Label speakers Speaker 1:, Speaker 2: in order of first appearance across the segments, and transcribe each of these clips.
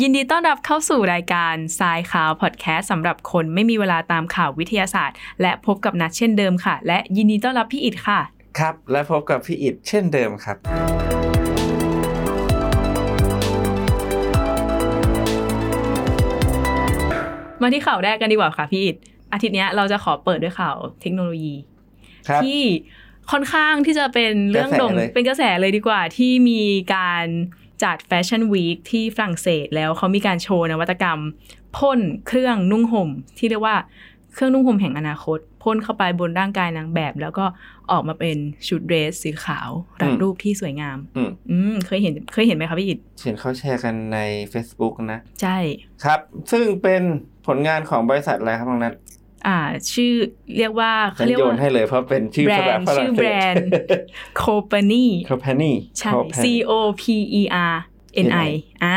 Speaker 1: ยินดีต้อนรับเข้าสู่รายการทรายข่าวพอดแคสต์สำหรับคนไม่มีเวลาตามข่าววิทยาศาสตร์ และพบกับนัดเช่นเดิมค่ะ และยินดีต้อนรับพี่อิดค่ะ
Speaker 2: ครับ และพบกับพี่อิดเช่นเดิมครับ
Speaker 1: มาที่ข่าวแรกกันดีกว่าค่ะพี่อิดอาทิตย์เนี้ยเราจะขอเปิดด้วยข่าวเทคโนโลยี
Speaker 2: ครับ
Speaker 1: ที่ค่อนข้างที่จะเป็นเรื่องโด่ง
Speaker 2: กระแสเลย
Speaker 1: เป็นกระแสเลยดีกว่าที่มีการจัดแฟชั่นวีคที่ฝรั่งเศสแล้วเขามีการโชว์นวัตกรรม พ่นเครื่องนุ่งห่ม ที่เรียกว่าเครื่องนุ่งห่มแห่งอนาคตพ่นเข้าไปบนร่างกายนางแบบ แล้วก็ออกมาเป็นชุดเดรสสีขาวรัดรูปที่สวยงาม
Speaker 2: อืม
Speaker 1: อืมเคยเห็นเคยเห็นไหมคะพี่อิด
Speaker 2: เห็นเขาแชร์กันใน Facebook นะ
Speaker 1: ใช่
Speaker 2: ครับ ซึ่งเป็นผลงานของบริษัทอะไรครับน้องนัท
Speaker 1: อ่า ชื่อเรียกว่า
Speaker 2: ฉั
Speaker 1: เขา
Speaker 2: น
Speaker 1: เรียก
Speaker 2: โยน
Speaker 1: ว่า
Speaker 2: ให้เลยเพราะเป็นชื่อภาษาฝรั่
Speaker 1: แบรนด์ชื่
Speaker 2: ง
Speaker 1: อ
Speaker 2: เศ
Speaker 1: แบรน
Speaker 2: ส
Speaker 1: ด์ โคเปนี
Speaker 2: คอมพานี
Speaker 1: ใช่ C O P E R N I อ่า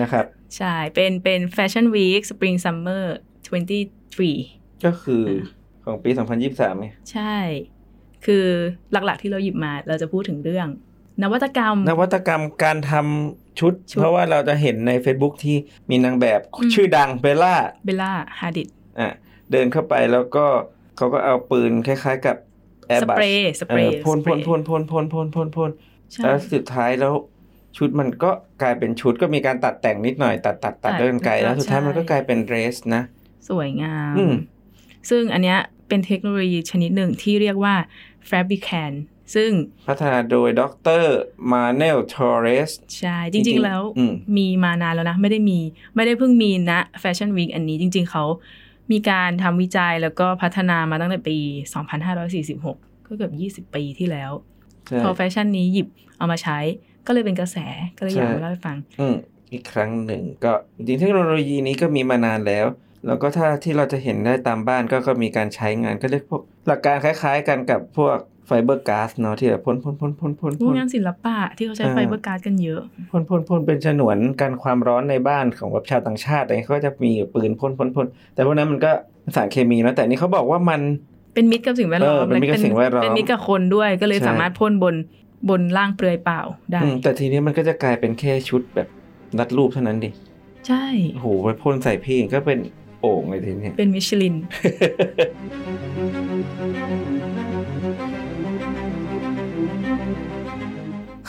Speaker 2: นะครับ
Speaker 1: ใช่ เป็น เป็นแฟชั่นวีคสปริงซัมเมอร์23
Speaker 2: ก็คือ
Speaker 1: เออ
Speaker 2: ของปี 2023ไง
Speaker 1: ใช่ คือหลักๆที่เราหยิบมาเราจะพูดถึงเรื่อง นวัตกรรม
Speaker 2: นวัตกรรมการทำชุด
Speaker 1: ชุด
Speaker 2: เพราะว่าเราจะเห็นใน Facebook ที่มีนางแบบ
Speaker 1: อืม
Speaker 2: ชื่อดังเบลล่า
Speaker 1: เบลล่าฮาดิด
Speaker 2: อ่ะเดินเข้าไปแล้วก็เขาก็เอาปืนคล้ายๆกับแอร์
Speaker 1: ส
Speaker 2: บัส
Speaker 1: เปรย์ สเปรย์
Speaker 2: พ่น
Speaker 1: สเปร
Speaker 2: พ่น
Speaker 1: ย์
Speaker 2: พ่นพ่นพ่นพ่นพ่นพ่น
Speaker 1: ใช่
Speaker 2: แล้วสุดท้ายแล้วชุดมันก็กลายเป็นชุดก็มีการตัดแต่งนิดหน่อยตัดตัดตัด
Speaker 1: ตัด
Speaker 2: ด้วยกันไกล
Speaker 1: ตัด
Speaker 2: แล้วสุดท้าย
Speaker 1: ใช่
Speaker 2: มันก็กลายเป็นเดรสนะ
Speaker 1: สวยงาม
Speaker 2: อืม
Speaker 1: ซึ่งอันเนี้ยเป็นเทคโนโลยีชนิดหนึ่งที่เรียกว่า Fabrican ซึ่ง
Speaker 2: พัฒนาโดยดรมาเนลทอร์เรส
Speaker 1: ใช่ จ
Speaker 2: จริ
Speaker 1: ริงๆ
Speaker 2: งๆ
Speaker 1: แล้ว
Speaker 2: อืม
Speaker 1: มีมานานแล้วนะ ไม่ได้มีไม่ได้เพิ่งมีนะแฟชั่นวีคอันนี้จริง ๆ เขามีการทำวิจัยแล้วก็พัฒนามาตั้งแต่ปี 2546 ก็เกือบ 20 ปีที่แล้ว พอแฟชั่นนี้หยิบเอามาใช้ก็เลยเป็นกระแสก็เลยอยากมาเล่าให้ฟัง
Speaker 2: อืมอีกครั้งหนึ่งก็จริงๆเทคโนโลยีนี้ก็มีมานานแล้ว แล้วก็ถ้าที่เราจะเห็นได้ตามบ้านก็ก็มีการใช้งานก็เรียกพวก หลักการคล้ายๆกันกับพวกไฟเบอร์ก๊าซเนาะที่แบบพ่นพ่นพ่นพ่นพ่น
Speaker 1: พว
Speaker 2: พ่
Speaker 1: ก
Speaker 2: น
Speaker 1: งานศิลปะที่เขาใช้
Speaker 2: อ่า
Speaker 1: ไฟเบอร์การ์ดกันเยอะ
Speaker 2: พ่นพ่นพ่นเป็นฉนวนกันความร้อนในบ้านของแบบชาวต่างชาติอะไรเงี้ยเขาก็จะมีปืนพ่นพ่นพ่นแต่พวกนั้นมันก็สารเคมีเนอะแต่อันนี่เขาบอกว่ามัน
Speaker 1: เป็นมิตรกับสิ่งแวดล้อม
Speaker 2: เออเป็นมิตรกับสิ่งแวดล้อม
Speaker 1: เป็นมิตรกับคนด้วยก็เลย
Speaker 2: ใช่
Speaker 1: สามารถพ่นบนบนร่างเปลือยเปล่าได้
Speaker 2: อืมแต่ทีนี้มันก็จะกลายเป็นแค่ชุดแบบรัดรูปเท่านั้นดิ
Speaker 1: ใช่
Speaker 2: โอ้โหไปพ่นใส่พี่ก็เป็นโอ่งเลยทีเนี้ย
Speaker 1: เป็นมิชลิน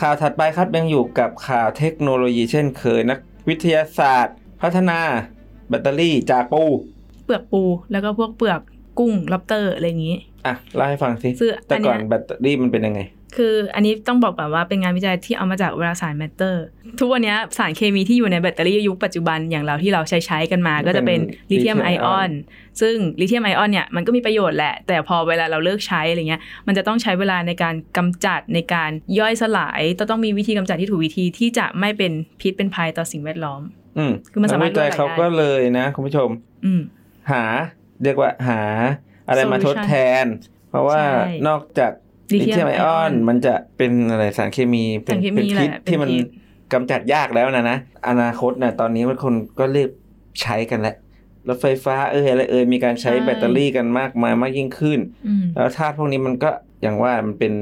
Speaker 2: ข่าวถัดไปครับยังอยู่กับข่าวเทคโนโลยีเช่นเคยนักวิทยาศาสตร์ พัฒนาแบตเตอรี่จากปู
Speaker 1: เปลือกปูแล้วก็พวกเปลือกกุ้งล็อบเตอร์อะไรอย่างนี้
Speaker 2: อ่ะเล่าให้ฟังสิ
Speaker 1: คือ
Speaker 2: แต่
Speaker 1: อัน
Speaker 2: ก่
Speaker 1: เนี้
Speaker 2: อน
Speaker 1: ย
Speaker 2: แบตเตอรี่มันเป็นยังไง
Speaker 1: คืออันนี้ต้องบอกก่อนว่าเป็นงานวิจัยที่เอามาจากวารสารแมตเตอร์ ทุกวันเนี้ยสารเคมีที่อยู่ในแบตเตอรี่ยุคปัจจุบันอย่างเราที่เราใช้ใช้กันมา ก็จะเป็น
Speaker 2: เป็น
Speaker 1: ลิเธียมไอออ
Speaker 2: lithium-ion
Speaker 1: น ซึ่งลิเธียมไอออนเนี่ยมันก็มีประโยชน์แหละ แต่พอเวลาเราเลิกใช้อะไรเงี้ย มันจะต้องใช้เวลาในการกำจัดในการย่อยสลายต้องต้องมีวิธีกำจัดที่ถูกวิธีที่จะไม่เป็นพิษเป็นภัยต่อสิ่งแวดล้อม
Speaker 2: อืม
Speaker 1: คือมันสามารถ
Speaker 2: กวิจั
Speaker 1: ล
Speaker 2: ย
Speaker 1: ดหลั่นได้
Speaker 2: เขาก็เลยนะคุณผู้ชม
Speaker 1: อืม
Speaker 2: หาเรียกว่าหาอะไรมาทด
Speaker 1: Solution
Speaker 2: แทน เพราะว่า
Speaker 1: ใช่
Speaker 2: นอกจากลิเธียมไอออน มันจะเป็นอะไรสารเคมีเป็
Speaker 1: สานรเค
Speaker 2: เป็น
Speaker 1: มีแห
Speaker 2: พิษ
Speaker 1: ละเป็
Speaker 2: ที่
Speaker 1: น
Speaker 2: มัน
Speaker 1: พิษ
Speaker 2: กำจัดยากแล้วนะนะอนาคตนะตอนนี้มันคนก็เรียบใช้กันแล้วรถไฟฟ้าเอยอะไรเอยมีการใช้
Speaker 1: ใช่
Speaker 2: แบตเตอรี่กันมากมายมากยิ่งขึ้น
Speaker 1: อืม
Speaker 2: แล้วธาตุพวกนี้มันก็อย่างว่ามันเป็น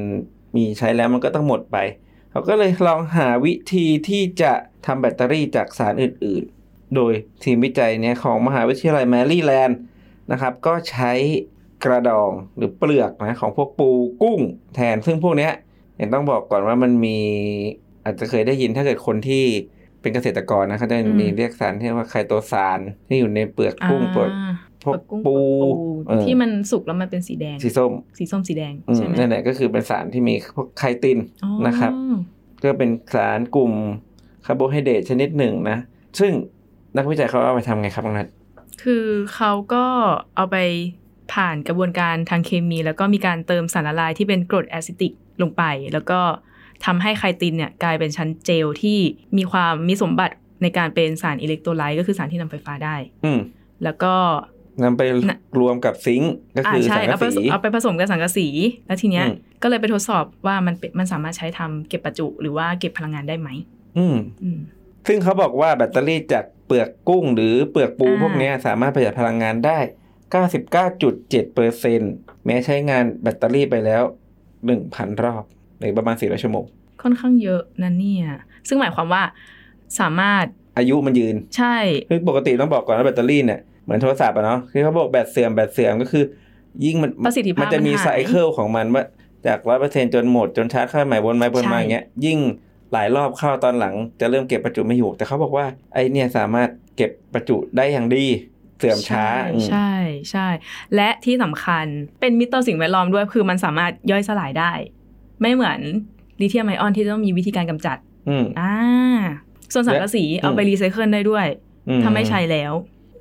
Speaker 2: มีใช้แล้วมันก็ต้องหมดไปเขาก็เลยลองหาวิธีที่จะทำแบตเตอรี่จากสารอื่นๆ โดยทีมวิจัยเนี้ยของมหาวิทยาลัยแมรี่แลนด์นะครับ ก็ใช้กระดองหรือเปลือกนะของพวกปูกุ้งแทน ซึ่งพวกเนี้ยยังต้องบอกก่อนว่ามันมีอาจจะเคยได้ยินถ้าเกิดคนที่เป็นเกษตรกรนะเขาจะ
Speaker 1: อืม
Speaker 2: มีเรียกสารที่ว่าไคโตซานที่อยู่ในเปลือกกุ้งเปลือก
Speaker 1: อ่า
Speaker 2: พวก
Speaker 1: เปลือกกุ้ง
Speaker 2: ปู
Speaker 1: เปลือกปู
Speaker 2: เออ
Speaker 1: ที่มันสุกแล้วมันเป็นสีแดง
Speaker 2: สีส้ม
Speaker 1: สีส้มสีแดง
Speaker 2: อืม
Speaker 1: ใช่ไหม
Speaker 2: นั่นแหละก็คือเป็นสารที่มีพวกไคติน
Speaker 1: อ๋อ
Speaker 2: นะครับ ก็เป็นสารกลุ่มคาร์โบไฮเดรตชนิดหนึ่งนะ ซึ่งนักวิจัยเขาเอาไปทำไงครับบางนัด
Speaker 1: คือเขาก็เอาไปผ่านกระบวนการทางเคมี แล้วก็มีการเติมสารละลายที่เป็นกรดแอซิติกลงไป แล้วก็ทำให้ไคตินเนี่ยกลายเป็นชั้นเจลที่มีความมีสมบัติในการเป็นสารอิเล็กโทรไลต์ก็คือสารที่นำไฟฟ้าได้
Speaker 2: อืม
Speaker 1: แล้วก็
Speaker 2: นำไป
Speaker 1: น่ะ
Speaker 2: รวมกับซิงค์ก็คือ
Speaker 1: ใช่
Speaker 2: สัง
Speaker 1: เอา
Speaker 2: กะ
Speaker 1: ไป
Speaker 2: สี
Speaker 1: เอาไปผสมกับสังกะสี แล้วทีเนี้ย
Speaker 2: อืม
Speaker 1: ก็เลยไปทดสอบว่ามันเป็นมันสามารถใช้ทำเก็บประจุ หรือว่าเก็บพลังงานได้ไหม
Speaker 2: อืม
Speaker 1: อืม
Speaker 2: ซึ่งเขาบอกว่าแบตเตอรี่จากเปลือกกุ้งหรือเปลือกปู
Speaker 1: อ่า
Speaker 2: พวกเนี้ยสามารถประหยัดพลังงานได้ 99.7เปอร์เซ็นแม้ใช้งานแบตเตอรี่ไปแล้ว 1,000 รอบหรือประมาณ400ชั่วโมง
Speaker 1: ค่อนข้างเยอะนะเนี่ย ซึ่งหมายความว่าสามารถ
Speaker 2: อายุมันยืน
Speaker 1: ใช่
Speaker 2: คือปกติต้องบอกก่อนว่าแบตเตอรี่เนี่ยเหมือนโทรศัพท์อะเนาะคือเขาบอกแบตเสื่อมแบตเสื่อมก็คือ ยิ่งมัน
Speaker 1: ประสิทธิภาพ
Speaker 2: มันจะมี
Speaker 1: มันหาย
Speaker 2: ไซเคิลของมันว่าจากร้อยเปอร์เซ็นจนหมดจนชาร์จค่อยใหม่วนไปวนมา
Speaker 1: ใช่
Speaker 2: อย่างเงี้ยยิ่งหลายรอบเข้าตอนหลังจะเริ่มเก็บประจุไม่อยู่ แต่เขาบอกว่าไอเนี่ยสามารถเก็บประจุได้อย่างดีเสื่อมช้าอืม
Speaker 1: ใช่ใช่ใช่ และที่สำคัญเป็นมิตรต่อสิ่งแวดล้อมด้วยคือมันสามารถย่อยสลายได้ ไม่เหมือนลิเธียมไอออนที่ต้องมีวิธีการกำจัด
Speaker 2: อืม
Speaker 1: อ่าส่วนสังกะสีเอาไปรีไซเคิลได้ด้วย
Speaker 2: อืม
Speaker 1: ถ้าไม่ใช้แล้ว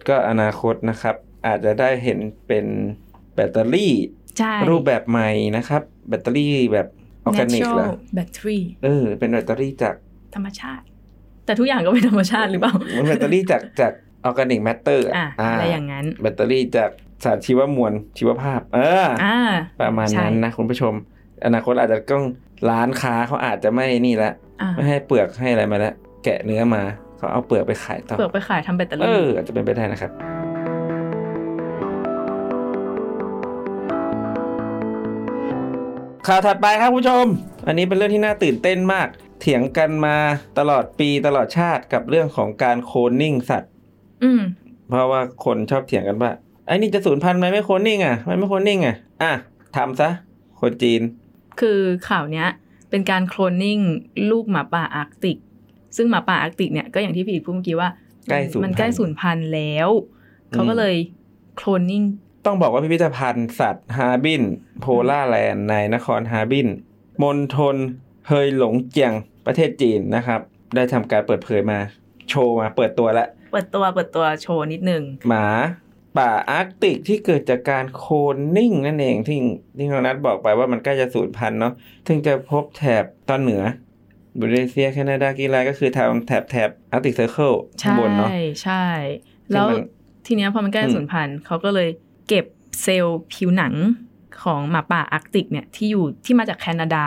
Speaker 2: ก็อนาคตนะครับ อาจจะได้เห็นเป็นแบตเตอรี่
Speaker 1: ใช่
Speaker 2: รูปแบบใหม่นะครับ แบตเตอรี่แบบออร์แกนิกเหร
Speaker 1: natural
Speaker 2: อ
Speaker 1: battery
Speaker 2: เออเป็นแบตเตอรี่จาก
Speaker 1: ธรรมชาติ แต่ทุกอย่างก็เป็นธรรมชาติหรือเปล่า
Speaker 2: มันแบตเตอรี่จากจากออร์แกนิกแมตเตอร์
Speaker 1: อ่ะอะไรอย่างนั้น
Speaker 2: แบตเตอรี่จากสารชีวมวลชีวภาพ เอออ
Speaker 1: อ่า
Speaker 2: ประมาณ
Speaker 1: ใช่
Speaker 2: นั้นนะคุณผู้ชม อนาคตอาจจะต้องร้านค้าเขาอาจจะไม่นี่ละ
Speaker 1: อ่า
Speaker 2: ไม่ให้เปลือกให้อะไรมาแล้วแกะเนื้อมาเขาเอาเปลือกไปขายต่อ
Speaker 1: เปลือกไปขายทำแบตเตอ
Speaker 2: เอ
Speaker 1: รี่
Speaker 2: ออาจจะเป็นไปได้นะครับ ข่าวถัดไปครับคุณผู้ชม อันนี้เป็นเรื่องที่น่าตื่นเต้นมาก เถียงกันมาตลอดปีตลอดชาติกับเรื่องของการโคลนนิ่งสัตว์
Speaker 1: อืม
Speaker 2: เพราะว่าคนชอบเถียงกันว่าไอ้นี่จะสูญพันธุ์ไหมไม่โคลนนิ่งอ่ะมันไม่โคลนนิ่งอ่ะอ่ะทำซะ คนจีน
Speaker 1: คือข่าวเนี้ยเป็นการโคลนนิ่งลูกหมาป่าอาร์กติก ซึ่งหมาป่าอาร์กติกเนี่ยก็อย่างที่พี่อีกพูดเมื่อกี้ว่า
Speaker 2: ใกล้สูญพันธุ์
Speaker 1: มันใกล้สูญพันธุ์แล้ว
Speaker 2: อืม
Speaker 1: เขาก็เลยโคลนนิ่ง
Speaker 2: ต้องบอกว่าพิพิธภัณฑ์สัตว์ฮาร์บิน โพล่าแลนด์ในนครฮาร์บินมณฑลเฮยหลงเจียงประเทศจีนนะครับ ได้ทำการเปิดเผยมาโชว์มาเปิดตัวแล้ว
Speaker 1: เปิดตัวเปิดตัวโชว์นิดนึง
Speaker 2: หมาป่าอาร์กติกที่เกิดจากการโคลนนิ่งนั่นเองที่ที่น้องนัทบอกไปว่ามันใกล้จะสูญพันธุ์เนาะถึงจะพบแถบตอนเหนือบริเซียแคนาดากีฬาก็คือทางแถบแถบอาร์ติกเซอร์เคิล
Speaker 1: ใช่
Speaker 2: บนเนาะ
Speaker 1: ใช่ แล้ว
Speaker 2: ซึ่งมัน
Speaker 1: ทีเนี้ยพอมันใกล้
Speaker 2: อืม
Speaker 1: สูญพันธุ์เขาก็เลยเก็บเซลล์ผิวหนังของหมาป่าอาร์กติกเนี่ยที่อยู่ที่มาจากแคนาดา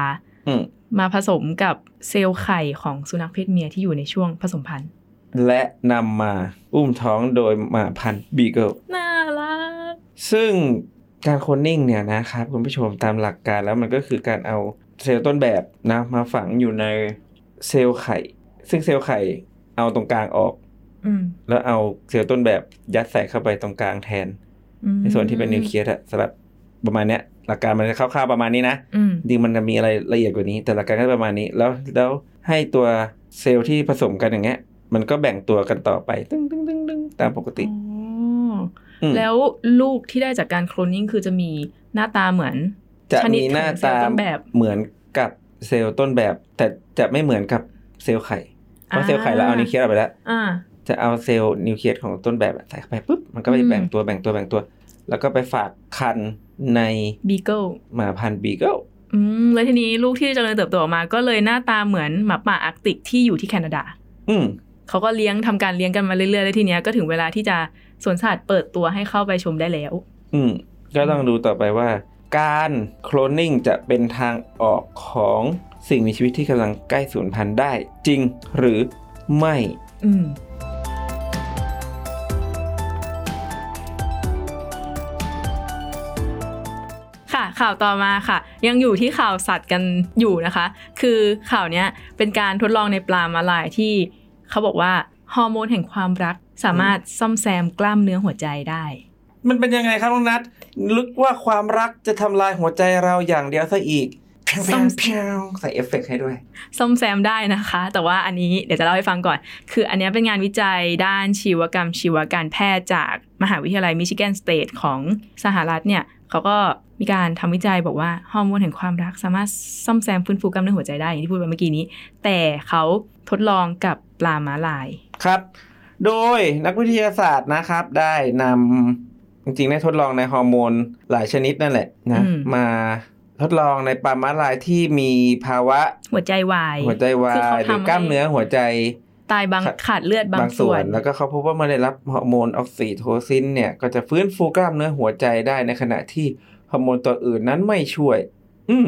Speaker 2: อืม
Speaker 1: มาผสมกับเซลล์ไข่ของสุนัขเพศเมียที่อยู่ในช่วงผสมพันธุ์
Speaker 2: และนำมาอุ้มท้องโดยหมาพันธุ์บีเกิล
Speaker 1: น่ารัก
Speaker 2: ซึ่งการโคลนนิ่งเนี่ยนะครับคุณผู้ชมตามหลักการแล้วมันก็คือการเอาเซลล์ต้นแบบนะมาฝังอยู่ในเซลล์ไข่ ซึ่งเซลล์ไข่เอาตรงกลางออก
Speaker 1: อืม
Speaker 2: แล้วเอาเซลล์ต้นแบบยัดใส่เข้าไปตรงกลางแทน
Speaker 1: อืม
Speaker 2: ในส่วนที่เป็นนิวเคลียสอะสำหรับประมาณเนี้ยหลักการมันจะคร่าวๆประมาณนี้นะ
Speaker 1: อืม
Speaker 2: จริงมันจะมีอะไรละเอียดกว่านี้ แต่หลักการก็ประมาณนี้แล้วแล้วให้ตัวเซลล์ที่ผสมกันอย่างเงี้ยมันก็แบ่งตัวกันต่อไปตึ้งตึ้งตึ้งตึ้งตามปกติ
Speaker 1: อ๋อ
Speaker 2: อืม
Speaker 1: แล้วลูกที่ได้จากการโคลนนิ่งคือจะมีหน้าตาเหมือน
Speaker 2: จะ
Speaker 1: ชนิด
Speaker 2: มีหน้าตา
Speaker 1: ของเซลล์ต้นแบบ
Speaker 2: เหมือนกับเซลล์ต้นแบบ แต่จะไม่เหมือนกับเซลล์ไข่เพราะเซลล์ไข่เราเอานิวเคลียสออกไปแล้ว
Speaker 1: อ่า
Speaker 2: จะเอาเซลล์นิวเคลียสของต้นแบบใส่เข้าไปปุ๊บมันก็ไป
Speaker 1: อืม
Speaker 2: แบ่งตัวแบ่งตัวแบ่งตัว แล้วก็ไปฝากคันใน
Speaker 1: บีเกิล
Speaker 2: หมาพันธุ์บีเกิล
Speaker 1: อืมแล้วทีนี้ลูกที่เจริญเติบโตออกมา ก็เลยหน้าตาเหมือนหมาป่าอาร์กติกที่อยู่ที่แคนาดา
Speaker 2: อืม
Speaker 1: เขาก็เลี้ยงทำการเลี้ยงกันมาเรื่อยๆแล้วทีเนี้ยก็ถึงเวลาที่จะสวนสัตว์เปิดตัวให้เข้าไปชมได้แล้ว
Speaker 2: อืมก็ต้องดูต่อไปว่า การโคลนนิ่งจะเป็นทางออกของสิ่งมีชีวิตที่กำลังใกล้สูญพันธุ์ได้จริงหรือไม่
Speaker 1: อืม ค่ะข่าวต่อมาค่ะ ยังอยู่ที่ข่าวสัตว์กันอยู่นะคะ คือข่าวเนี้ยเป็นการทดลองในปลามาลายที่เขาบอกว่าฮอร์โมนแห่งความรักสามารถซ่อมแซมกล้ามเนื้อหัวใจได้
Speaker 2: มันเป็นยังไงครับน้องนัทลึกว่าความรักจะทำลายหัวใจเราอย่างเดียวซะอีกเพียง
Speaker 1: ซ่อม
Speaker 2: เพียง ใส่เอฟเฟกต์ให้ด้วย
Speaker 1: ซ่อมแซมได้นะคะ แต่ว่าอันนี้เดี๋ยวจะเล่าให้ฟังก่อน คืออันเนี้ยเป็นงานวิจัยด้านชีวกรรม ชีวการแพทย์จากมหาวิทยาลัยมิชิแกนสเตทของสหรัฐเนี่ยเขาก็มีการทำวิจัยบอกว่าฮอร์โมนแห่งความรักสามารถซ่อมแซมฟื้นฟูกล้ามเนื้อหัวใจได้อย่างที่พูดไปเมื่อกี้นี้ แต่เขาทดลองกับปลาม้าลาย
Speaker 2: ครับ โดยนักวิทยาศาสตร์นะครับ ได้นำจริงๆ ได้ทดลองในฮอร์โมนหลายชนิดนั่นแหละนะ
Speaker 1: อืม
Speaker 2: มาทดลองในปลาม้าลายที่มีภาวะ
Speaker 1: หัวใจวาย
Speaker 2: หัวใจวา
Speaker 1: คือเขา
Speaker 2: ยหรื
Speaker 1: ทำ
Speaker 2: อ
Speaker 1: ให้
Speaker 2: กล้ามเนื้อหัวใจ
Speaker 1: ตายบาง
Speaker 2: ขาด
Speaker 1: ขาดเลือดบาง
Speaker 2: บาง
Speaker 1: ส่
Speaker 2: ส่
Speaker 1: ว
Speaker 2: วน น แล้วก็เขาพบว่าเมื่อได้รับฮอร์โมนออกซิโทซินเนี่ย ก็จะฟื้นฟูกล้ามเนื้อหัวใจได้ในขณะที่ฮอร์โมนตัวอื่นนั้นไม่ช่วย อืม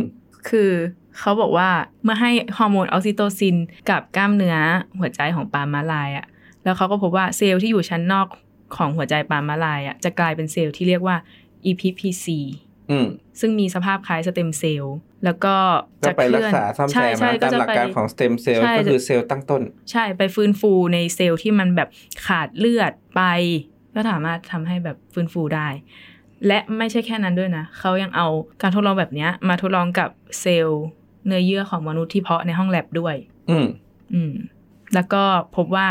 Speaker 1: คือเขาบอกว่าเมื่อให้ฮอร์โมนออกซิโตซินกับกล้ามเนื้อหัวใจของปลาม้าลายอะแล้วเขาก็พบว่าเซลล์ที่อยู่ชั้นนอกของหัวใจปลาม้าลายอะจะกลายเป็นเซลล์ที่เรียกว่า EPPC
Speaker 2: อืม
Speaker 1: ซึ่งมีสภาพคล้ายสเต็มเซลล์แล้วก็
Speaker 2: ก็
Speaker 1: จะ
Speaker 2: ไป
Speaker 1: เค
Speaker 2: รั
Speaker 1: ลื่
Speaker 2: ก
Speaker 1: อน
Speaker 2: ษาซ่อมแซ
Speaker 1: ใช่
Speaker 2: ม
Speaker 1: ใช่
Speaker 2: นะ
Speaker 1: ก็
Speaker 2: ตาม
Speaker 1: จะ
Speaker 2: หลัก
Speaker 1: ไป
Speaker 2: การของสเต็มเซลล์
Speaker 1: ใช่
Speaker 2: ก็คือเซลล์ตั้งต้น
Speaker 1: ใช่ไปฟื้นฟูในเซลล์ที่มันแบบขาดเลือดไป ก็สามารถทำให้แบบฟื้นฟูได้ และไม่ใช่แค่นั้นด้วยนะ เขายังเอาการทดลองแบบเนี้ยมาทดลองกับเซลล์เนื้อเยื่อของมนุษย์ที่เพาะในห้องแลบด้วย
Speaker 2: อืม
Speaker 1: อืมแล้วก็พบว่า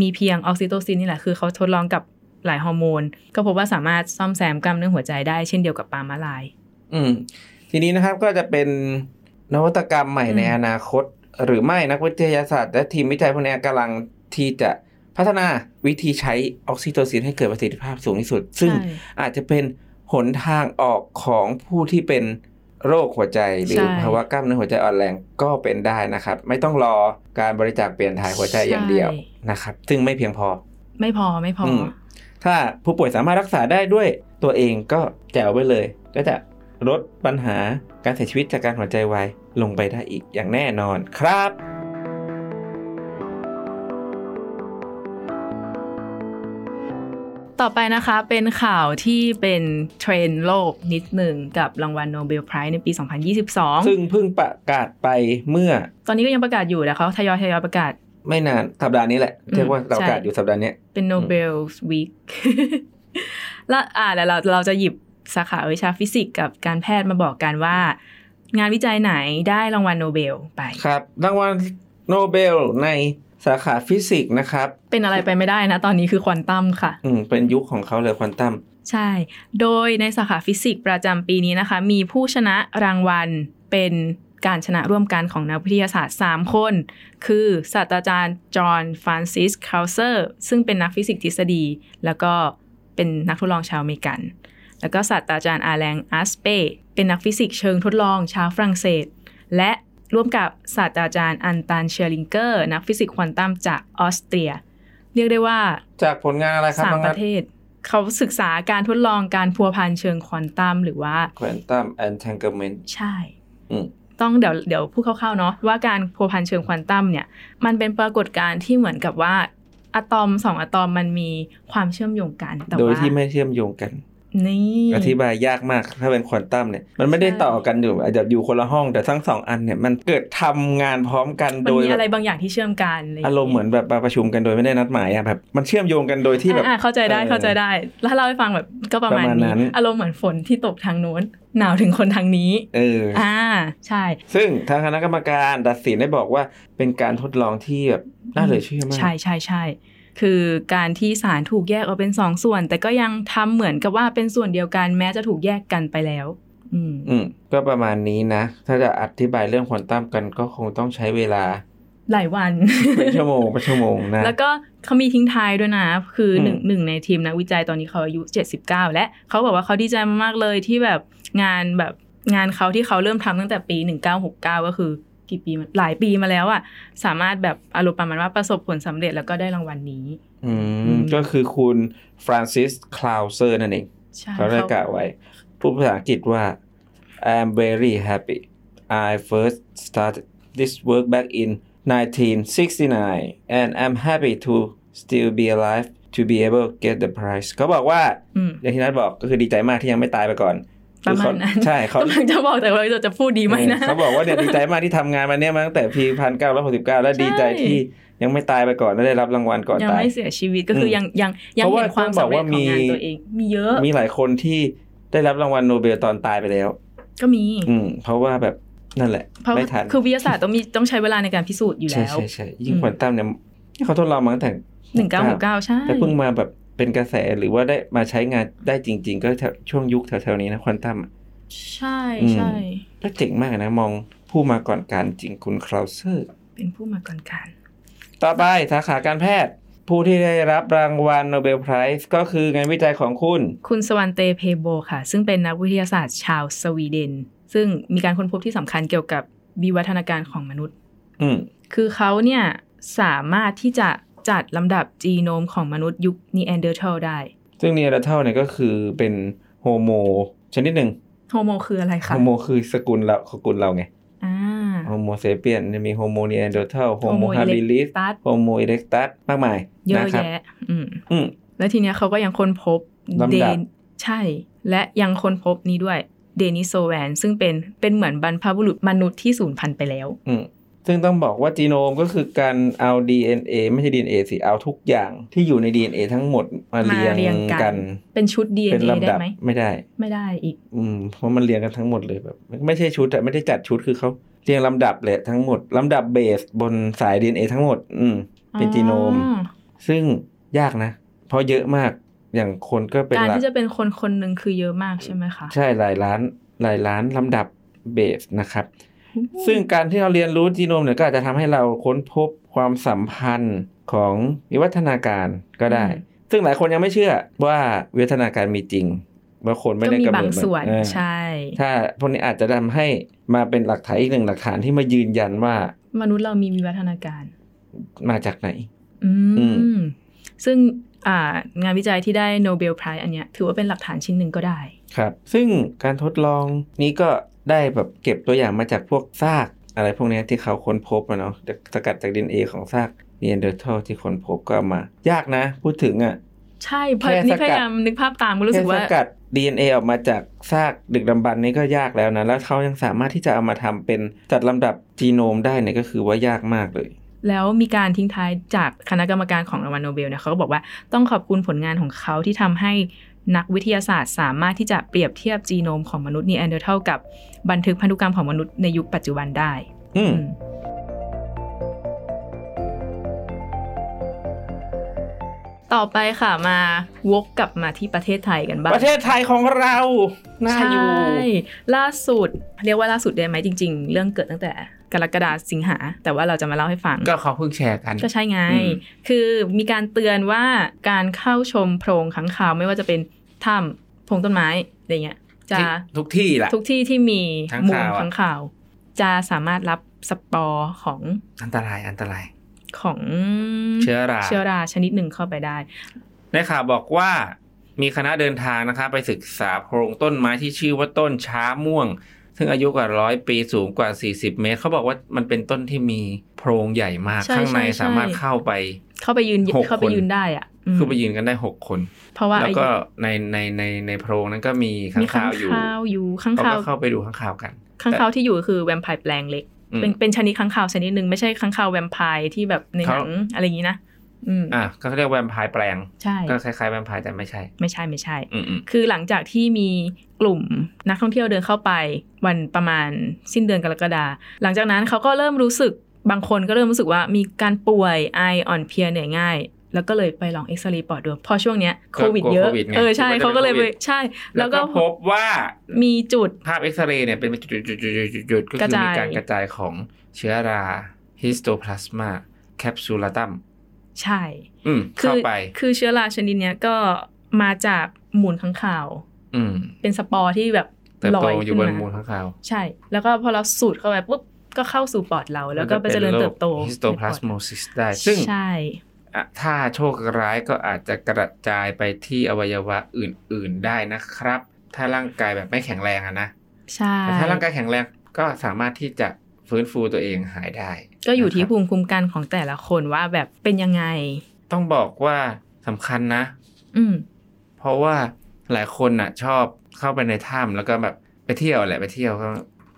Speaker 1: มีเพียงออกซิโตซินนี่แหละ คือเขาทดลองกับหลายฮอร์โมน ก็พบว่าสามารถซ่อมแซมกล้ามเนื้อหัวใจได้เช่นเดียวกับปลามาลาย
Speaker 2: อืมทีนี้นะครับก็จะเป็นนวัตกรรมใหม่
Speaker 1: อืม
Speaker 2: ในอนาคต หรือไม่นักวิทยาศาสตร์และทีมวิจัยพวกเนี้ยกำลังที่จะพัฒนาวิธีใช้ออกซิโตซินให้เกิดประสิทธิภาพสูงที่สุด ซึ่ง
Speaker 1: ใช่
Speaker 2: อาจจะเป็นหนทางออกของผู้ที่เป็นโรคหัวใจ หรือ
Speaker 1: ใช่
Speaker 2: ภาวะกล้ามเนื้อหัวใจอ่อนแรงก็เป็นได้นะครับ ไม่ต้องรอการบริจาคเปลี่ยนถ่ายหัวใจอย่างเดียวนะครับ ซึ่งไม่เพียงพอ
Speaker 1: ไม่พอไม่พออ
Speaker 2: ม ถ้าผู้ป่วยสามารถรักษาได้ด้วยตัวเองก็แจ๋วไปเลย ก็จะลดปัญหาการเสียชีวิตจากการหัวใจวายลงไปได้อีกอย่างแน่นอนครับ
Speaker 1: ต่อไปนะคะเป็นข่าวที่เป็นเทรนด์โลกนิดหนึ่งกับรางวัลโนเบลไพรส์ในปี
Speaker 2: ซึ่
Speaker 1: 2022
Speaker 2: งเพิ่งประกาศไปเมื่อ
Speaker 1: ตอนนี้ก็ยังประกาศอยู่แต่เขาทยอยทยอยประกาศ
Speaker 2: ไม่นานสัปดาห์นี้แหละเรียกว่า
Speaker 1: อืม
Speaker 2: ประกาศ
Speaker 1: ใช่
Speaker 2: อยู่สัปดาห์เนี้ย
Speaker 1: เป็นโนเบลวีค และอ่าแล้วเราเราจะหยิบสาขาวิชาฟิสิกส์กับการแพทย์มาบอกกันว่า งานวิจัยไหนได้รางวัลโนเบลไป
Speaker 2: ครับรางวัลโนเบลในสาขาฟิสิกส์นะครับ
Speaker 1: เป็นอะไรไปไม่ได้นะ ตอนนี้คือควอนตัมค่ะ
Speaker 2: อืมเป็นยุคของเขาเลยควอนตัม
Speaker 1: ใช่ โดยในสาขาฟิสิกส์ประจำปีนี้นะคะ มีผู้ชนะรางวัลเป็นการชนะร่วมกันของนักวิทยาศาสตร์ 3 คน คือศาสตราจารย์จอห์นฟรานซิสคาวเซอร์ซึ่งเป็นนักฟิสิกส์ทฤษฎี แล้วก็เป็นนักทดลองชาวอเมริกัน แล้วก็ศาสตราจารย์อาแรงอาสเปเป็นนักฟิสิกส์เชิงทดลองชาวฝรั่งเศส และร่วมกับศาสตราจารย์อันตันเชอริงเกอร์นักฟิสิกส์ควอนตัมจากออสเตรีย เรียกได้ว่า
Speaker 2: จากผลงานอะไรครับ
Speaker 1: สาม
Speaker 2: น้อง
Speaker 1: ป
Speaker 2: นั
Speaker 1: ระ
Speaker 2: ท
Speaker 1: เทศ เขาศึกษาการทดลองการพัวพันเชิงควอนตัมหรือว่า
Speaker 2: ควอนตัมแอนแทงเกอร์เมนต์
Speaker 1: ใช่
Speaker 2: อืม
Speaker 1: ต้องเดี๋ยวเดี๋ยวพูดคร่าวๆเนาะว่าการพัวพันเชิงควอนตัมเนี่ย มันเป็นปรากฏการณ์ที่เหมือนกับว่าอะตอมสองอะตอมมันมีความเชื่อมโยงกันแต่
Speaker 2: โดย
Speaker 1: ว่า
Speaker 2: ที่ไม่เชื่อมโยงกัน
Speaker 1: นี่
Speaker 2: อธิบายยากมากถ้าเป็นควอนตัมเนี่ย มันไม่ได้
Speaker 1: ใช่
Speaker 2: ต่อกันอยู่อาจจะอยู่คนละห้องแต่ทั้งสองอันเนี่ย มันเกิดทำงานพร้อมกัน
Speaker 1: มัน
Speaker 2: โดย
Speaker 1: มี
Speaker 2: แบ
Speaker 1: อะ
Speaker 2: บบ
Speaker 1: ไรางอย่างที่เชื่อมกันะไย่งงี้ย
Speaker 2: อารมณ์เหมือนแบบมาประชุมกันโดยไม่ได้นัดหมายอะแบบมันเชื่อมโยงกันโดยที่แบบ
Speaker 1: อ่าๆเข้าใจได้
Speaker 2: เออ
Speaker 1: เข้าใจได้ แล้วเล่าให้ฟังแบบก็ประมาณ
Speaker 2: ประมาณนั้
Speaker 1: นี้
Speaker 2: น
Speaker 1: อารมณ์เหมือนฝนที่ตกทางโน้นหนาวถึงคนทางนี้
Speaker 2: เออ
Speaker 1: อ่าใช่
Speaker 2: ซึ่งทางคณะกรรมการตัดสินได้บอกว่าเป็นการทดลองที่แบบน่าเหลือเชื่อมาก
Speaker 1: ใช่ใช่ใช่ คือการที่สารถูกแยกออกเป็นสองส่วน แต่ก็ยังทำเหมือนกับว่าเป็นส่วนเดียวกันแม้จะถูกแยกกันไปแล้ว อืม
Speaker 2: อืมก็ประมาณนี้นะ ถ้าจะอธิบายเรื่องควอนตัมกันก็คงต้องใช้เว ลา
Speaker 1: หลายวัน
Speaker 2: เป็นชั่วโมงเป็นชั่วโมงนะ
Speaker 1: แล้วก็เขามีทิ้งท้ายด้วยนะ คือหนึ่ง
Speaker 2: อืม
Speaker 1: หนึ่งในทีมนักวิจัยตอนนี้เขาอายุ 79 และเขาบอกว่าเขาดีใจมากๆเลยที่แบบงานแบบงานเขาที่เขาเริ่มทำตั้งแต่ปี 1969 ก็คือกี่ปีมาหลายปีมาแล้วอะสามารถแบบอารมณ์ประมาณว่าประสบผลสำเร็จแล้วก็ได้รางวัลนี้
Speaker 2: อื
Speaker 1: อืม
Speaker 2: มก็คือคุณฟรานซิสคลาวเซอร์นั่นเอง
Speaker 1: ใช่
Speaker 2: เขาได้
Speaker 1: เขา
Speaker 2: กล่าวไว้ พูดภาษาอังกฤษว่า I'm very happy I first started this work back in 1969 and I'm happy to still be alive to be able to get the prize เขาบอกว่า
Speaker 1: อืม
Speaker 2: อย่างที่นัทบอกก็คือดีใจมากที่ยังไม่ตายไปก่อน
Speaker 1: ประมาณนั้น
Speaker 2: คือเขใช่เขา
Speaker 1: กำลังจะบอกแต่ว่าเราจะพูดดีไหมนะ
Speaker 2: เขาบอกว่าเนี่ยดีใจมากที่ทำงานมาเนี่ยมาตั้งแต่ปีพันเก้าร้อยหกสิบเก้าแล้วดีใจที่ยังไม่ตายไปก่อนและได้รับรางวัลก่อน
Speaker 1: ยัง
Speaker 2: ตาย
Speaker 1: ไม่เสียชีวิตก็คืออ
Speaker 2: ม
Speaker 1: ยังยังยัง
Speaker 2: เพราะว่า
Speaker 1: เห็นความสำเร็จของงาน
Speaker 2: ต้องบอกว่ามี
Speaker 1: ตัวเอง มีเยอะ
Speaker 2: มีหลายคนที่ได้รับรางวัลโนเบลตอนตายไปแล้ว
Speaker 1: ก็มี
Speaker 2: อืม เพราะว่าแบบนั่นแหละ
Speaker 1: เพราะ
Speaker 2: ไม่ทัน
Speaker 1: คือวิทยาศาสตร์ต้องมีต้องใช้เวลาในการพิสูจน์อยู่
Speaker 2: ใช่
Speaker 1: แล้ว
Speaker 2: ใช่ใช่ยิ่งควอนตัมเนี่ยเขาทดลองมาตั้งแต่
Speaker 1: หนึ่งเก้าหกเก้าใช่
Speaker 2: แต่เพิ่งมาแบบเป็นกระแสหรือว่าได้มาใช้งานได้จริง ๆ ก็แถวช่วงยุคแถวๆนี้นะควอนตัมอะ
Speaker 1: ใช่
Speaker 2: อืม
Speaker 1: ใช่
Speaker 2: ก็เจ๋งมากนะมองผู้มาก่อนการจริงคุณคลาวเซอร์
Speaker 1: เป็นผู้มาก่อนการ
Speaker 2: ต่อไปสาขาการแพทย์ ผู้ที่ได้รับรางวัลโนเบลไพรส์ก็คืองานวิจัยของคุณ
Speaker 1: คุณสวันเตเพโบค่ะ ซึ่งเป็นนักวิทยาศาสตร์ชาวสวีเดน ซึ่งมีการค้นพบที่สำคัญเกี่ยวกับวิวัฒนาการของมนุษย์
Speaker 2: อืม
Speaker 1: คือเขาเนี่ยสามารถที่จะจัดลำดับจีโนมของมนุษย์ยุคนีแอนเดอร์เทลได้
Speaker 2: ซึ่งเนียร์เทลเนี่ยก็คือเป็นโฮโมชนิดหนึ่ง
Speaker 1: โฮโมคืออะไร
Speaker 2: โฮ
Speaker 1: คะ
Speaker 2: โมคือสกุลเราสกุลเราไง
Speaker 1: อ่า
Speaker 2: โฮโมเซเปียนมีโฮโมเนียนเดอร์เทลโฮโม
Speaker 1: Homo
Speaker 2: ฮาบิลิส
Speaker 1: erectus
Speaker 2: โฮโมอิเล็กตัสมากมาย
Speaker 1: เยอะ
Speaker 2: นะครับ
Speaker 1: แยะ อืม
Speaker 2: อืม
Speaker 1: แล้วทีเนี้ยเขาก็ยังค้นพบ
Speaker 2: ลำดับ
Speaker 1: เดนใช่ และยังค้นพบนี้ด้วย เดนิโซแวน ซึ่งเป็นเป็นเหมือนบรรพบุรุษมนุษย์ที่สูญพันธุ์ไปแล้ว
Speaker 2: อืมซึ่งต้องบอกว่าจีโนมก็คือการเอา DNA ไม่ใช่ DNA สิ เอาทุกอย่างที่อยู่ใน DNA ทั้งหมดมาเรียง
Speaker 1: มาเรียงกัน
Speaker 2: กัน
Speaker 1: เป็นชุด
Speaker 2: เป็
Speaker 1: DNA
Speaker 2: น
Speaker 1: ได้
Speaker 2: ลำดับ
Speaker 1: ไหม
Speaker 2: ไม่ได้
Speaker 1: ไม่ได้อีก
Speaker 2: อืมเพราะมันเรียงกันทั้งหมดเลยแบบไม่ใช่ชุดอะไม่ได้จัดชุดคือเขาเรียงลำดับเลยทั้งหมด ลำดับเบสบนสาย DNA ทั้งหมด อืม เป็นจีโนม
Speaker 1: อ๋อ
Speaker 2: ซึ่งยากนะ เพราะเยอะมากอย่างคนก็เป็น
Speaker 1: การ
Speaker 2: หลัก
Speaker 1: ที่จะเป็นคนคนหนึ่งคือเยอะมากใช่ไหมคะ
Speaker 2: ใช่หลายล้านหลายล้านลำดับเบสนะครับ ซึ่งการที่เราเรียนรู้จีโนมเนี่ยก็อาจจะทำให้เราค้นพบความสัมพันธ์ของวิวัฒนาการก็ได้ ซึ่งหลายคนยังไม่เชื่อว่าวิวัฒนาการมีจริงว่าคนไม่
Speaker 1: ก็
Speaker 2: ได้
Speaker 1: มี
Speaker 2: กำ
Speaker 1: บา
Speaker 2: เนิ
Speaker 1: ง
Speaker 2: ดมา
Speaker 1: ส่วน
Speaker 2: เออ
Speaker 1: ใช่
Speaker 2: ถ้าพวกนี้อาจจะทำให้มาเป็นหลักฐานอีกหนึ่งหลักฐานที่มายืนยันว่าม
Speaker 1: นุษย์เรามีวิวัฒนาการ
Speaker 2: มาจากไหน
Speaker 1: อื
Speaker 2: อื
Speaker 1: ม ซึ่งอ่างานวิจัยที่ได้โนเบลไพรส์อันเนี้ยถือว่าเป็นหลักฐานชิ้นหนึ่งก็ได้
Speaker 2: ครับ ซึ่งการทดลองนี้ก็ได้แบบเก็บตัวอย่างมาจากพวกซาก อะไรพวกเนี้ยที่เขาค้นพบอะเนาะจากสกัดจากดินเอของซากเนเดอร์ทัลที่ค้นพบก็เอามา ยากนะ พูดถึงอ่ะ
Speaker 1: ใช่เพราะ
Speaker 2: แค่
Speaker 1: นี่
Speaker 2: สกัด
Speaker 1: พยายามนึกภาพตามก็รู้สึกว่า
Speaker 2: แค่สกัด DNA ออกมาจากซากดึกดำบรรพ์นี่ก็ยากแล้วนะ แล้วเขายังสามารถที่จะเอามาทำเป็นจัดลำดับจีโนมได้เนี่ยก็คือว่ายากมากเลย
Speaker 1: แล้วมีการทิ้งท้ายจากคณะกรรมการของรางวัลโนเบลเนี่ยเขาก็บอกว่าต้องขอบคุณผลงานของเขาที่ทำให้นักวิทยาศาสตร์สามารถที่จะเปรียบเทียบจีโนมของมนุษย์นีแอนเดอร์ทัลกับบันทึกพันธุกรรมของมนุษย์ในยุคปัจจุบันได้
Speaker 2: อืม
Speaker 1: อืมต่อไปค่ะมาวกกลับมาที่ประเทศไทยกันบ้าง
Speaker 2: ประเทศไทยของเรา น่าอยู่
Speaker 1: ใช่ล่าสุด เรียกว่าล่าสุดได้ไหมจริง ๆ เรื่องเกิดตั้งแต่กรกฎาสิงหา แต่ว่าเราจะมาเล่าให้ฟัง
Speaker 2: ก็เขาเพิ่งแชร์กัน
Speaker 1: ก็ใช่ไง
Speaker 2: อืม
Speaker 1: คือมีการเตือนว่าการเข้าชมโพรงขังข่าวไม่ว่าจะเป็นถ้ำโพรงต้นไม้อะไรเงี้ยจะ
Speaker 2: ที่ทุกที่แหละ
Speaker 1: ทุกที่ที่มี
Speaker 2: ขัง
Speaker 1: มูล
Speaker 2: ข่าวอะ
Speaker 1: ขังข่าว จะสามารถรับสปอร์ของ
Speaker 2: อันตรายอันตราย
Speaker 1: ของ
Speaker 2: เชื้อรา
Speaker 1: เชื้อราชนิดหนึ่งเข้าไปได้
Speaker 2: ได้ข่าวบอกว่ามีคณะเดินทางนะคะไปศึกษาโพรงต้นไม้ที่ชื่อว่าต้นช้าม่วง ซึ่งอายุกว่าร้อยปีสูงกว่า 40 เมตร เขาบอกว่ามันเป็นต้นที่มีโพรงใหญ่มาก
Speaker 1: ใช่
Speaker 2: ข้างใน
Speaker 1: ใช่ใช่
Speaker 2: สามารถเข้าไป
Speaker 1: เข้าไปยืน
Speaker 2: หกคน
Speaker 1: เข้าไปยืนได้อ่ะอืม
Speaker 2: คือไปยืนกันได้ 6 คน
Speaker 1: เพราะว่า
Speaker 2: แล้ว
Speaker 1: ไอ้
Speaker 2: ก็ในในในในโพรงนั้นก็มีข้า
Speaker 1: มี
Speaker 2: ง
Speaker 1: ขั
Speaker 2: ข่าง วอยู่
Speaker 1: ข่าวอยู่ข้าง
Speaker 2: เขา
Speaker 1: ข่า
Speaker 2: ก็
Speaker 1: ว
Speaker 2: เข้าไปดูข้างข่าวกัน
Speaker 1: ค้างคาวที่อยู่คือแวมไพร์แปลงเล็ก
Speaker 2: อืม
Speaker 1: เป็นเป็นชนิดค้างคาวชนิดหนึ่งไม่ใช่ค้างคาวแวมไพร์ที่แบบในหนัง
Speaker 2: เขา
Speaker 1: อะไรอย่างนี้นะ อืม
Speaker 2: อ่ะก็เขาเรียกแวมไพร์แปลง
Speaker 1: ใช่
Speaker 2: ก็คล้ายๆแวมไพร์แต่ไม่ใช่
Speaker 1: ไม่ใช่ไม่ใช่
Speaker 2: อืมอืม
Speaker 1: คือหลังจากที่มีกลุ่มนักท่องเที่ยวเดินเข้าไป วันประมาณสิ้นเดือนกรกฎาหลังจากนั้นเขาก็เริ่มรู้สึกบางคนก็เริ่มรู้สึกว่ามีการป่วยไออ่อนเพลียเหนื่อยง่าย แล้วก็เลยไปลองเอ็กซเรย์ปอดดูเพอช่วงเนี้ยโควิดเยอะเออใช่เขาก็เลยไปใช่
Speaker 2: แล้
Speaker 1: แล้ว ว
Speaker 2: ก็
Speaker 1: ก็
Speaker 2: พบว่า
Speaker 1: มีจุด
Speaker 2: ภาพเอ็กซเรย์เนี่ยเป็นจุดๆๆๆๆๆ
Speaker 1: ก
Speaker 2: ก็คือ
Speaker 1: ระจาย
Speaker 2: มีการกระจายของเชื้อราฮิสโตพลาสมาแคปซูลาตัม
Speaker 1: ใช่
Speaker 2: อืม
Speaker 1: คื
Speaker 2: เข้า
Speaker 1: อ
Speaker 2: ไป
Speaker 1: คือเชื้อราชนิดเนี้ยก็มาจากมูลค้างคาว
Speaker 2: อืม
Speaker 1: เป็นสปอร์ที่แบบ
Speaker 2: เติบ
Speaker 1: ล
Speaker 2: โต
Speaker 1: อย
Speaker 2: อยู่
Speaker 1: ขึ้น
Speaker 2: บน
Speaker 1: มา
Speaker 2: มูลข้างคาว
Speaker 1: ใช่ แล้วก็พอเราสูดเข้าไปปุ๊บก็เข้าสู่ปอดเรา แล้วก็ไปเจริญเติบโต
Speaker 2: ฮิสโตพลาสโมซิสได้
Speaker 1: ในปอด
Speaker 2: ซึ่ง
Speaker 1: ใช่
Speaker 2: อ่ะถ้าโชคร้ายก็อาจจะกระจายไปที่อวัยวะอื่น ๆ ได้นะครับ ถ้าร่างกายแบบไม่แข็งแรงอะนะ
Speaker 1: ใช่
Speaker 2: แต่ถ้าร่างกายแข็งแรงก็สามารถที่จะฟื้นฟูตัวเองหายได้
Speaker 1: ก็อยู่ที่
Speaker 2: นะครับ
Speaker 1: ภูมิคุ้มกันของแต่ละคนว่าแบบเป็นยังไง
Speaker 2: ต้องบอกว่าสำคัญนะ
Speaker 1: อืม
Speaker 2: เพราะว่าหลายคนน่ะ ชอบเข้าไปในถ้ำแล้วก็แบบไปเที่ยวแหละไปเที่ยวก็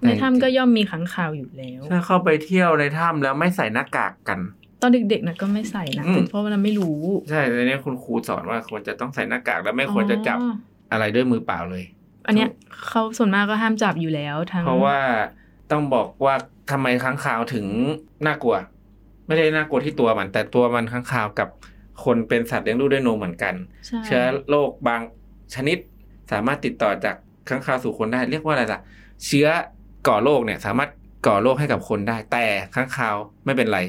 Speaker 1: ในถ้ำก็ย่อมมีขังข่าวอยู่แล้ว
Speaker 2: ถ้าเข้าไปเที่ยวในถ้ำแล้วไม่ใส่หน้ากากกัน
Speaker 1: ตอนเด็กๆนะก็ไม่ใส่นะ
Speaker 2: อืม
Speaker 1: เพราะว่าเราไม่รู้
Speaker 2: ใช่แต่เนี้ยคุณครูสอนว่าควรจะต้องใส่หน้ากากแล้วไม่ควรจะจับ
Speaker 1: อ๋อ
Speaker 2: อะไรด้วยมือเปล่าเลย
Speaker 1: อันเนี้ยเขาส่วนมากก็ห้ามจับอยู่แล้วทั้ง
Speaker 2: เพราะว่าต้องบอกว่าทำไมค้างคาวถึงน่ากลัว ไม่ได้น่ากลัวที่ตัวมัน แต่ตัวมันค้างคาวกับคนเป็นสัตว์เลี้ยงลูกด้วยนมเหมือนกัน
Speaker 1: ใช่
Speaker 2: เชื้อโรคบางชนิดสามารถติดต่อจากข้างคาวสู่คนได้ เรียกว่าอะไรล่ะ เชื้อก่อโรคเนี่ยสามารถก่อโรคให้กับคนได้ แต่ข้างคาวไม่เป็นไร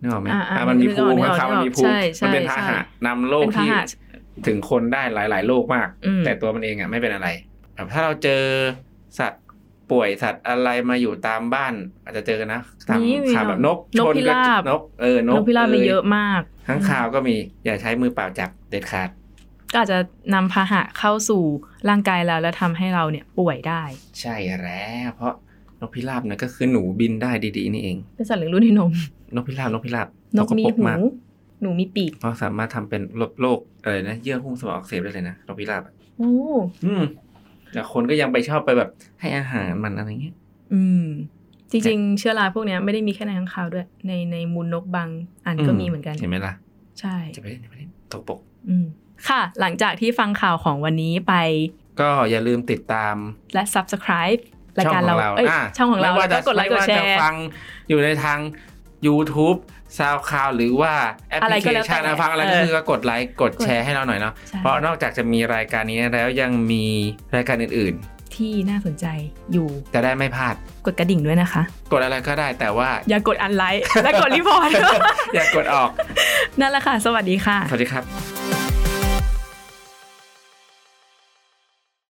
Speaker 2: นึกออกไหม
Speaker 1: อ่าๆ
Speaker 2: อ่ะมันมีภูมิ
Speaker 1: นึกอ
Speaker 2: ข้า
Speaker 1: อง ก
Speaker 2: คาวมันมีภู
Speaker 1: ใช่
Speaker 2: มิ
Speaker 1: ใช่
Speaker 2: มันเป็นพาหะ
Speaker 1: ใช่
Speaker 2: นำโรคที่
Speaker 1: เป็นพาหะ
Speaker 2: ถึงคนได้หลาย ๆ โรคมาก
Speaker 1: อืม
Speaker 2: แต่ตัวมันเองอ่ะไม่เป็นอะไรแบบถ้าเราเจอสัตว์ป่วยสัตว์อะไรมาอยู่ตามบ้าน อาจจะเจอกันนะตาม
Speaker 1: มีมี
Speaker 2: ข่าวแบบนก
Speaker 1: นก
Speaker 2: ช
Speaker 1: พิราบ
Speaker 2: นกเออน
Speaker 1: น
Speaker 2: ก
Speaker 1: กพิราบมีเยอะมาก
Speaker 2: ข้างคาวก็มีอย่าใช้มือเปล่าจับเด็ดขาด
Speaker 1: ก็อาจจะนำพาหะเข้าสู่ร่างกายเราแล้วทำให้เราเนี่ยป่วยได้
Speaker 2: ใช่แล้ว เพราะนกพิราบเนี่ยก็คือหนูบินได้ดีๆนี่เอง
Speaker 1: เป็นสัตว์เลี้ยงลูกด้วยนม
Speaker 2: นกพิราบนกพิราบ
Speaker 1: นกมี
Speaker 2: ปร
Speaker 1: หู
Speaker 2: มาก
Speaker 1: หนูมีปีก
Speaker 2: เพราะสามารถทำเป็นโรคโรคอะไรนะเยื่อหุ้มสมองอักเสบได้เลยนะนกพิราบอะ
Speaker 1: โอ้
Speaker 2: อืม แต่คนก็ยังไปชอบไปแบบให้อาหารมันอะไรเงี้ย
Speaker 1: อืม จริงๆ เชื้อราพวกเนี้ยไม่ได้มีแค่ในข้างคาวด้วย ในในมูลนกบางอันก็
Speaker 2: อืม
Speaker 1: มีเหมือนกัน
Speaker 2: เห็นไหมล่ะ
Speaker 1: ใช่
Speaker 2: จะไปเล่นจะไปเล่นตกปก
Speaker 1: อืมค่ะ หลังจากที่ฟังข่าวของวันนี้ไป
Speaker 2: ก็อย่าลืมติดตาม
Speaker 1: และ subscribe ราย
Speaker 2: ช่อง
Speaker 1: การ
Speaker 2: ของ
Speaker 1: เรา
Speaker 2: เรา
Speaker 1: เอ้ย
Speaker 2: ะ
Speaker 1: ช่องของเรา
Speaker 2: ไม่ว่า
Speaker 1: แล้ว
Speaker 2: จะ
Speaker 1: ก็กดไลค์ก
Speaker 2: ไม่
Speaker 1: ด
Speaker 2: ว่า
Speaker 1: แช
Speaker 2: จะ
Speaker 1: ร์
Speaker 2: ฟังอยู่ในทาง YouTube ซาวคลาวหรือว่าแอปพ
Speaker 1: อะไร
Speaker 2: ลิ
Speaker 1: ก็
Speaker 2: เค
Speaker 1: แล้วแต่
Speaker 2: ชันนะฟังอะไรก็
Speaker 1: เออ
Speaker 2: คือก็กดไลค์กดแชร์ให้เราหน่อยเนาะ
Speaker 1: ใช่
Speaker 2: เพราะนอกจากจะมีรายการนี้แล้วยังมีรายการอื่น
Speaker 1: ที่น่าสนใจอยู่
Speaker 2: ๆ จะได้ไม่พลาด
Speaker 1: กดกระดิ่งด้วยนะคะ
Speaker 2: กดอะไรก็ได้แต่ว่า
Speaker 1: อย่ากดอันไลค์และกดรีพอร์ต
Speaker 2: อย่ากดออก
Speaker 1: นั่นแหละค่ะ สวัสดีค่ะ
Speaker 2: สวัสดีครับ